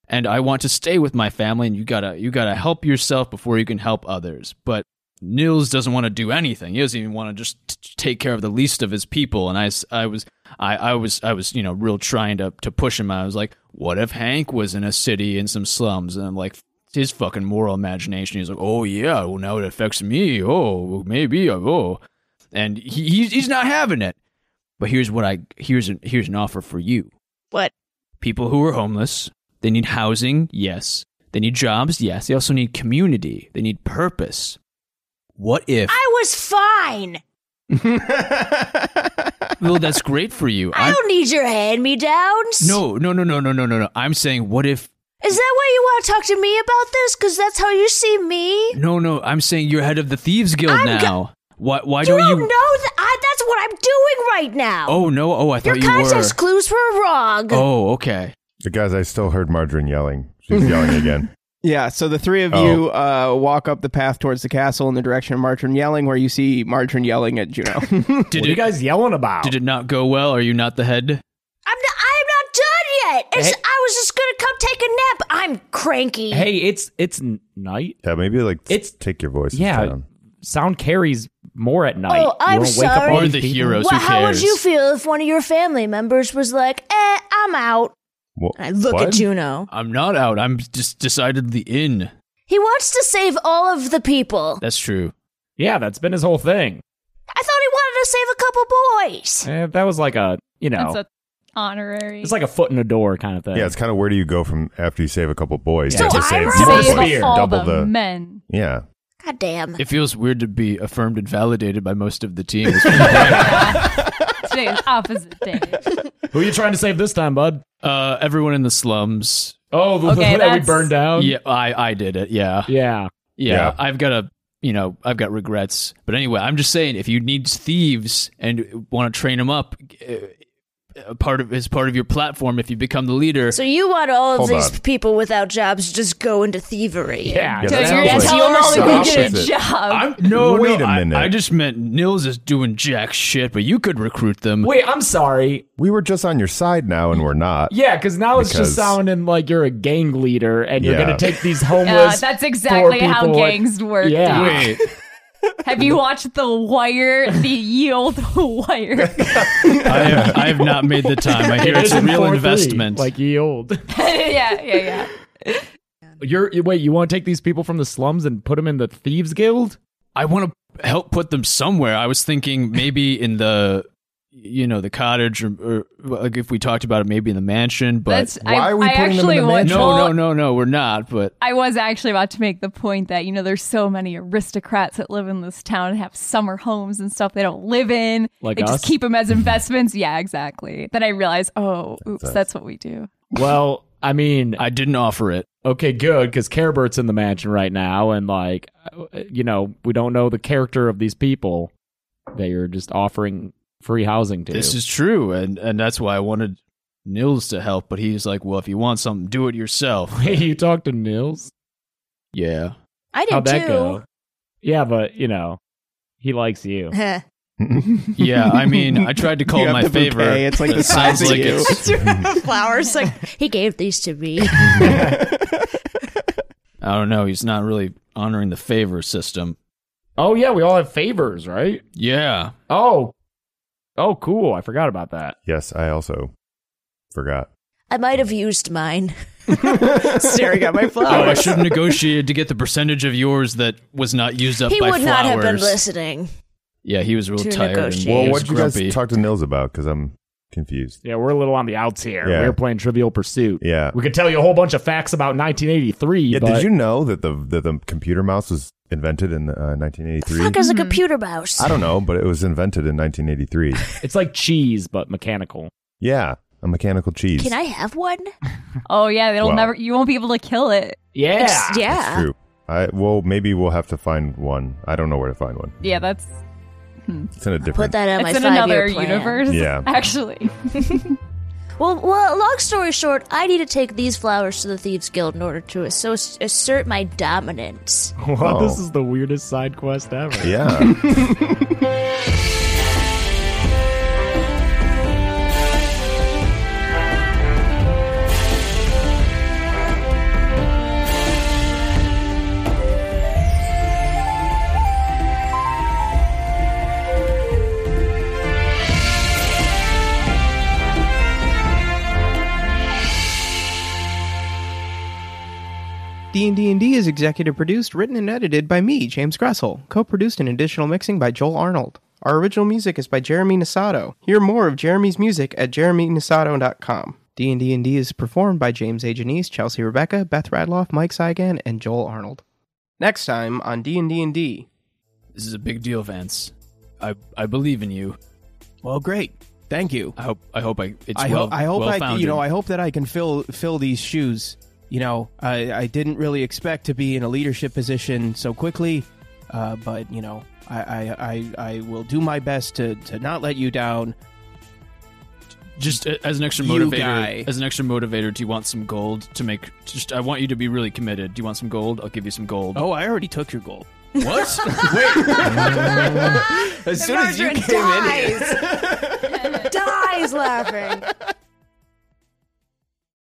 H: And I want to stay with my family and you gotta you gotta help yourself before you can help others. But Nils doesn't want to do anything. He doesn't even want to just t- t- take care of the least of his people. And I, s- I was, I, I was, I was, you know, real trying to to push him. I was like, what if Hank was in a city in some slums? And I'm like, his fucking moral imagination. He's like, oh yeah, well now it affects me. Oh, well, maybe. Oh, and he, he's he's not having it. But here's what I here's an, here's an offer for you.
E: What?
H: People who are homeless, they need housing. Yes. They need jobs. Yes. They also need community. They need purpose. What if?
C: I was fine.
H: well, that's great for you.
C: I
H: I'm-
C: don't need your hand me downs.
H: no, no, no, no, no, no, no, no. I'm saying, what if?
C: Is that why you want to talk to me about this? Because that's how you see me?
H: No, no. I'm saying you're head of the thieves guild
C: I'm go-
H: now. why? Why
C: you
H: don't
C: don't know
H: you?
C: that. I, that's what I'm doing right now.
H: Oh no. Oh, I
C: your
H: thought you were.
C: context clues were wrong.
H: Oh, okay.
D: But guys, I still heard Margarine yelling. She's yelling again.
F: Yeah, so the three
D: Oh.
F: of you uh, walk up the path towards the castle in the direction of Margarine yelling, where you see Margarine yelling at Juno.
H: Did
I: what are you
H: it?
I: guys yelling about?
H: Did it not go well? Are you not the head?
C: I'm not, I'm not done yet. It's, I was just going to come take a nap. I'm cranky.
I: hey, it's it's n- night.
D: Yeah, maybe like
I: It's-
D: it's, take your voice
I: yeah.
D: down.
I: Sound carries more at night.
C: Oh, I'm
I: you don't wake up
C: sorry.
I: all
H: Or
I: these
H: the
I: people.
H: heroes.
C: Well,
H: who
C: how would
H: cares?
C: you feel if one of your family members was like, eh, I'm out?
D: Wha-
E: And I look
D: what?
E: at Juno.
H: I'm not out. I'm just decidedly in.
C: He wants to save all of the people.
H: That's true.
I: Yeah, that's been his whole thing.
C: I thought he wanted to save a couple boys.
I: Eh, that was like a, you know,
B: That's a honorary.
I: it's like a foot in a door kind of thing.
D: Yeah, it's kind of where do you go from after you save a couple boys?
C: So
D: You have
C: I
D: to save
C: rolled
D: more
B: save
D: boys.
I: Spear.
B: all
D: double
B: the
D: the.
B: men.
D: Yeah.
C: God damn.
H: It feels weird to be affirmed and validated by most of the team.
B: Today is opposite day.
I: Who are you trying to save this time, bud?
H: uh, everyone in the slums.
I: Oh, the
B: Okay,
I: that we
B: that's-
I: burned down.
H: yeah, I, I did it. Yeah.
I: Yeah.
H: yeah,
D: Yeah.
H: I've got a, you know, I've got regrets. But anyway, I'm just saying, if you need thieves and want to train them up, uh, a part of is part of your platform. If you become the leader,
C: So you want all of
D: Hold
C: these
D: on.
C: people without jobs to just go into thievery?
D: Yeah,
I: Yeah.
B: So
D: that
B: you're
D: sounds
B: telling
D: like
B: all
D: the
B: we get a
D: opposite.
B: job.
H: I'm no,
D: Wait
H: no,
D: a
H: I-
D: minute.
H: I, just meant Nils is doing jack shit, but you could recruit them.
I: Wait, I'm sorry.
D: We were just on your side now, and we're not.
I: Yeah, because now it's just
D: Because-
I: sounding like you're a gang leader and you're
D: Yeah.
I: going to take these
B: yeah,
I: homeless.
B: that's exactly how
I: people and-
B: gangs work.
I: Yeah.
B: dude.
H: Wait,
B: Have you watched The Wire? The ye old Wire.
H: I have, I have not made the time. I hear
I: It
H: it's a
I: isn't
H: real
I: 4-3,
H: investment.
I: Like ye old.
B: yeah, yeah, yeah.
I: You're you- wait. You want to take these people from the slums and put them in the thieves guild?
H: I want to help put them somewhere. I was thinking maybe in the you know the cottage or, or well, like if we talked about it maybe in the mansion but
B: That's,
D: why
B: I,
D: are we
B: I
D: putting them in
B: actually
D: the
B: wa-
D: mansion?
H: no
B: well,
H: no no no we're not but
B: I was actually about to make the point that you know there's so many aristocrats that live in this town and have summer homes and stuff they don't live in.
I: Like
B: they
I: us?
B: just keep them as investments. yeah, exactly. Then I realized, oh, oops,
D: us.
B: that's what we do.
I: Well, I mean,
H: i didn't offer it
I: okay, good, because Carebert's in the mansion right now, and like, uh, you know, we don't know the character of these people that you're just offering free housing to.
H: this is true and and that's why i wanted nils to help but he's like well if you want something do it yourself
I: you talked to Nils.
H: yeah
C: I did
I: How'd that
C: too.
I: go? Yeah, but you know, he likes you.
C: Heh.
H: yeah i mean i tried to call
F: You
H: it
F: have
H: my
F: the bouquet,
H: favor
F: it's like
H: but
F: the
H: it sounds
F: size of
H: like
F: you.
H: it's
C: Flowers like he gave these to me.
H: I don't know. He's not really honoring the favor system.
I: Oh yeah, we all have favors, right?
H: Yeah.
I: Oh, oh, cool. I forgot about that.
D: Yes, I also forgot.
C: I might have used mine.
E: staring at my
H: Oh, I
E: flowers.
H: should have negotiated to get the percentage of yours that was not used up
C: he
H: by
C: would not
H: flowers.
C: have been listening.
H: yeah, he was real
C: to
H: tired. And
C: negotiate.
H: he
D: Well,
H: was
D: what you guys
H: grumpy.
D: talk to Nils about? Because I'm confused.
I: Yeah, we're a little on the outs here.
D: Yeah.
I: We were playing Trivial Pursuit.
D: Yeah.
I: We could tell you a whole bunch of facts about 1983.
D: Yeah.
I: but
D: Did you know that the that the computer mouse was invented in uh, 1983?
C: Fuck is
B: Mm-hmm.
C: a computer mouse.
D: I don't know, but it was invented in 1983.
I: It's like cheese, but mechanical.
D: yeah, a mechanical cheese.
C: Can I have one?
B: Oh yeah, it'll
D: Wow.
B: never. You won't be able to kill it.
I: Yeah.
C: Ex-
D: That's
C: yeah.
D: true. I well, maybe we'll have to find one. I don't know where to find one.
B: Yeah, that's
D: It's in a
C: Put
D: different.
C: that on
B: it's
C: my
B: in
C: five
B: another
C: year plan.
B: universe.
D: Yeah.
B: actually.
C: Well, well. Long story short, I need to take these flowers to the thieves' guild in order to asso- assert my dominance.
I: Wow,
D: Oh.
I: This is the weirdest side quest ever.
D: yeah.
F: D&D and D is executive produced, written and edited by me, James Gressel. Co-produced and additional mixing by Joel Arnold. Our original music is by Jeremy Nisato. Hear more of Jeremy's music at jeremynisato.com. D&D and D is performed by James A. Janice, Chelsea Rebecca, Beth Radloff, Mike Saigan, and Joel Arnold. Next time on D&D and D.
H: This is a big deal, Vance. I I believe in you.
A: Well, great. Thank you.
H: I hope I hope I it's
A: I
H: well,
A: hope I hope I
H: well-founded.
A: you know I hope that I can fill fill these shoes. You know, I I didn't really expect to be in a leadership position so quickly, uh, but you know, I I, I I will do my best to to not let you down.
H: just a- as an extra
A: You
H: motivator.
A: guy.
H: As an extra motivator, do you want some gold to make? Just I want you to be really committed. Do you want some gold? I'll give you some gold.
A: Oh, I already took your gold.
H: What?
A: As soon as you
E: Margarine
A: came in,
E: dies. dies laughing.